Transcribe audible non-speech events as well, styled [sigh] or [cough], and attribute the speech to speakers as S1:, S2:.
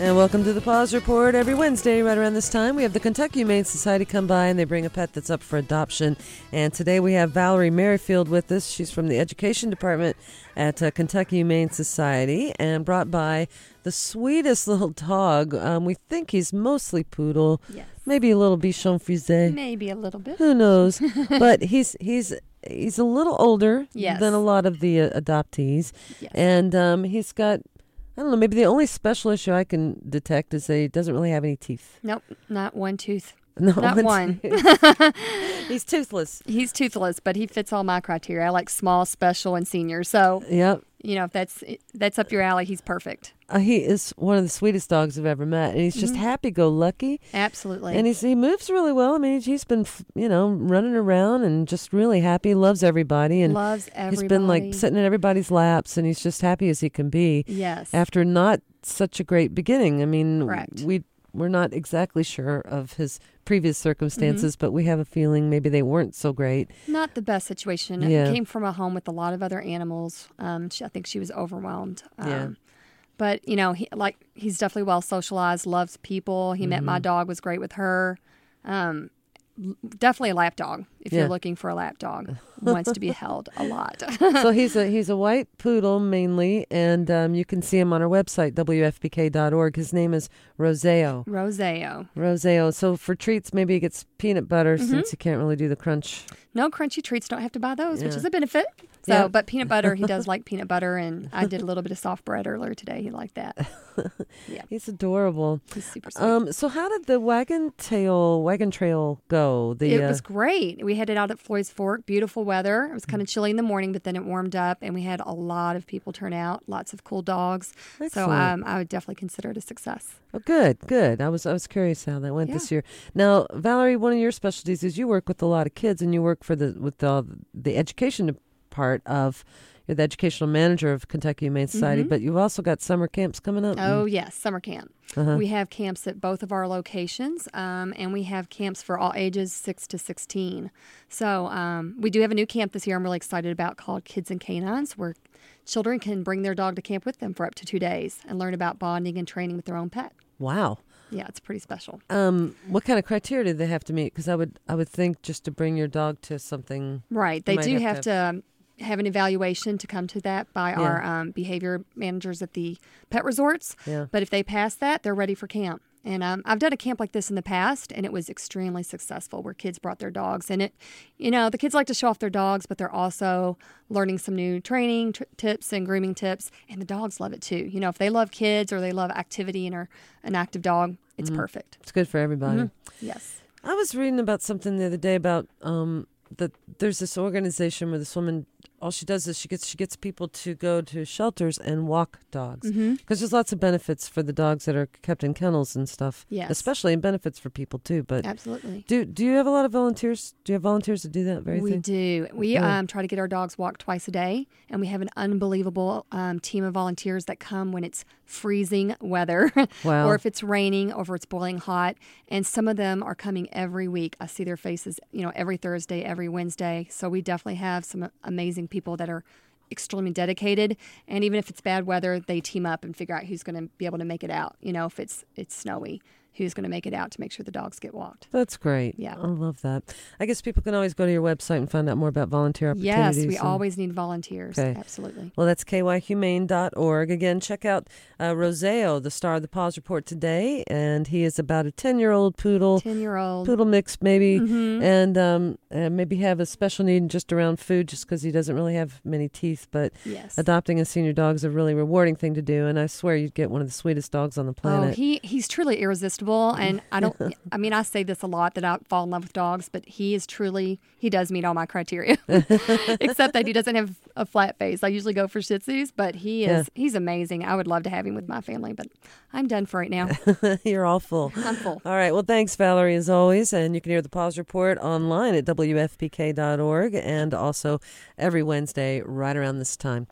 S1: And welcome to the Paws Report. Every Wednesday, right around this time, we have the Kentucky Humane Society come by and they bring a pet that's up for adoption. And today we have Valerie Merrifield with us. She's from the Education Department at uh, Kentucky Humane Society and brought by the sweetest little dog. Um, we think he's mostly poodle,
S2: Yes.
S1: maybe a little Bichon Frise.
S2: Maybe a little bit. [laughs]
S1: Who knows? but he's he's he's a little older
S2: Yes.
S1: than a lot of the uh, adoptees,
S2: Yes.
S1: and um, he's got I don't know. Maybe the only special issue I can detect is that he doesn't really have any teeth. [laughs]
S2: Nope, not one tooth.
S1: No,
S2: Not one.
S1: he's toothless.
S2: [laughs] He's toothless, but he fits all my criteria. I like small, special, and senior. So
S1: Yep.
S2: you know, if that's that's up your alley, he's perfect.
S1: Uh, he is one of the sweetest dogs I've ever met, and he's just
S2: Mm-hmm.
S1: happy-go-lucky,
S2: Absolutely.
S1: and he's, he moves really well. I mean, he's been f- you know running around and just really happy, loves everybody, and
S2: loves everybody.
S1: he's been like sitting in everybody's laps, and he's just happy as he can be.
S2: Yes.
S1: after not such a great beginning. I mean,
S2: Correct.
S1: we we're not exactly sure of his previous circumstances,
S2: Mm-hmm.
S1: but we have a feeling maybe they weren't
S2: [laughs]
S1: so great.
S2: Not the best situation.
S1: Yeah.
S2: It came from a home with a lot of other animals. Um, she, I think she was overwhelmed. Um,
S1: Yeah.
S2: But you know, he, like he's definitely well socialized, loves people. He met
S1: Mm-hmm.
S2: my dog, was great with her. Um, l- definitely a lap dog. If
S1: Yeah.
S2: you're looking for a lap
S1: [laughs]
S2: dog, wants to be held a lot. [laughs]
S1: so he's a he's a white poodle mainly, and um, you can see him on our website wfbk.org. His name is Roseo.
S2: Roseo,
S1: Roseo. So for treats, maybe he gets peanut butter
S2: Mm-hmm.
S1: since he can't really do the crunch.
S2: no crunchy treats. Don't have to buy those, which
S1: Yeah.
S2: is a benefit. So,
S1: Yeah.
S2: but peanut butter, he
S1: [laughs]
S2: does like peanut butter, and I did a little bit of soft bread earlier today. He liked that.
S1: He's adorable.
S2: He's super sweet.
S1: Um, so how did the wagon tail wagon trail go? The uh,
S2: It was great. We headed out at Floyd's Fork. Beautiful weather. It was kind of chilly in the morning, but then it warmed up, and we had a lot of people turn out. Lots of cool dogs. So
S1: Excellent.
S2: um, I would definitely consider it a success.
S1: Oh, good, good. I was I was curious how that went
S2: Yeah.
S1: this year. Now, Valerie, one of your specialties is you work with a lot of kids, and you work for the with the the education part of. You're the educational manager of Kentucky Humane Society, but you've also got summer camps coming up.
S2: Mm-hmm. Oh yes, summer camp.
S1: Mm-hmm. Uh-huh.
S2: We have camps at both of our locations, um, and we have camps for all ages six to sixteen. So um, we do have a new camp this year. I'm really excited about called Kids and Canines, where children can bring their dog to camp with them for up to two days and learn about bonding and training with their own pet.
S1: Wow.
S2: Yeah, it's pretty special.
S1: Um, what kind of criteria do they have to meet? Because I would I would think just to bring your dog to something.
S2: Right. They
S1: might
S2: do
S1: have
S2: have, to, um, have an evaluation to come to that by
S1: Yeah.
S2: our um, behavior managers at the pet resorts.
S1: Yeah.
S2: But if they pass that, they're ready for camp. And um, I've done a camp like this in the past, and it was extremely successful where kids brought their dogs. And it, you know, the kids like to show off their dogs, but they're also learning some new training tr- tips and grooming tips. And the dogs love it too. You know, if they love kids or they love activity and are an active dog, it's
S1: Mm-hmm.
S2: perfect.
S1: It's good for
S2: Mm-hmm.
S1: everybody.
S2: Yes.
S1: I was reading about something the other day about um, that there's this organization where this woman all she does is she gets she gets people to go to shelters and walk dogs because
S2: Mm-hmm.
S1: there's lots of benefits for the dogs that are kept in kennels and stuff.
S2: Yes.
S1: especially and benefits for people too. But
S2: Absolutely.
S1: do do you have a lot of volunteers? Do you have volunteers that do that very
S2: We
S1: thing?
S2: do. We
S1: Yeah.
S2: um, try to get our dogs walked twice a day, and we have an unbelievable um, team of volunteers that come when it's freezing weather, [laughs]
S1: Wow.
S2: or if it's raining, or if it's boiling hot. And some of them are coming every week. I see their faces, you know, every Thursday, every Wednesday. So we definitely have some amazing people that are extremely dedicated. And even if it's bad weather, they team up and figure out who's going to be able to make it out. You know, if it's it's snowy, who's going to make it out to make sure the dogs get walked.
S1: That's great.
S2: Yeah.
S1: I love that. I guess people can always go to your website and find out more about volunteer opportunities.
S2: Yes, we
S1: and-
S2: always need volunteers.
S1: Okay.
S2: Absolutely.
S1: Well, that's kyhumane.org. Again, check out uh, Roseo, the star of the Paws Report today, and he is about a 10 year old [laughs] poodle,
S2: 10 year old.
S1: poodle mix maybe,
S2: Mm-hmm.
S1: and um, uh, maybe have a special need just around food just because he doesn't really have many teeth. But
S2: Yes.
S1: adopting a senior dog is a really rewarding thing to do, and I swear you'd get one of the sweetest dogs on the
S2: Oh,
S1: planet.
S2: he, he's truly irresistible. And I don't, I mean, I say this a lot that I fall in love with dogs, but he is truly, he does meet all my
S1: [laughs]
S2: criteria, [laughs] except that he doesn't have a flat face. I usually go for Shih Tzus, but he is,
S1: Yeah.
S2: he's amazing. I would love to have him with my family, but I'm done for right now.
S1: [laughs] You're awful.
S2: I'm full.
S1: All right. Well, thanks, Valerie, as always. And you can hear the Pause Report online at WFPK.org and also every Wednesday right around this time.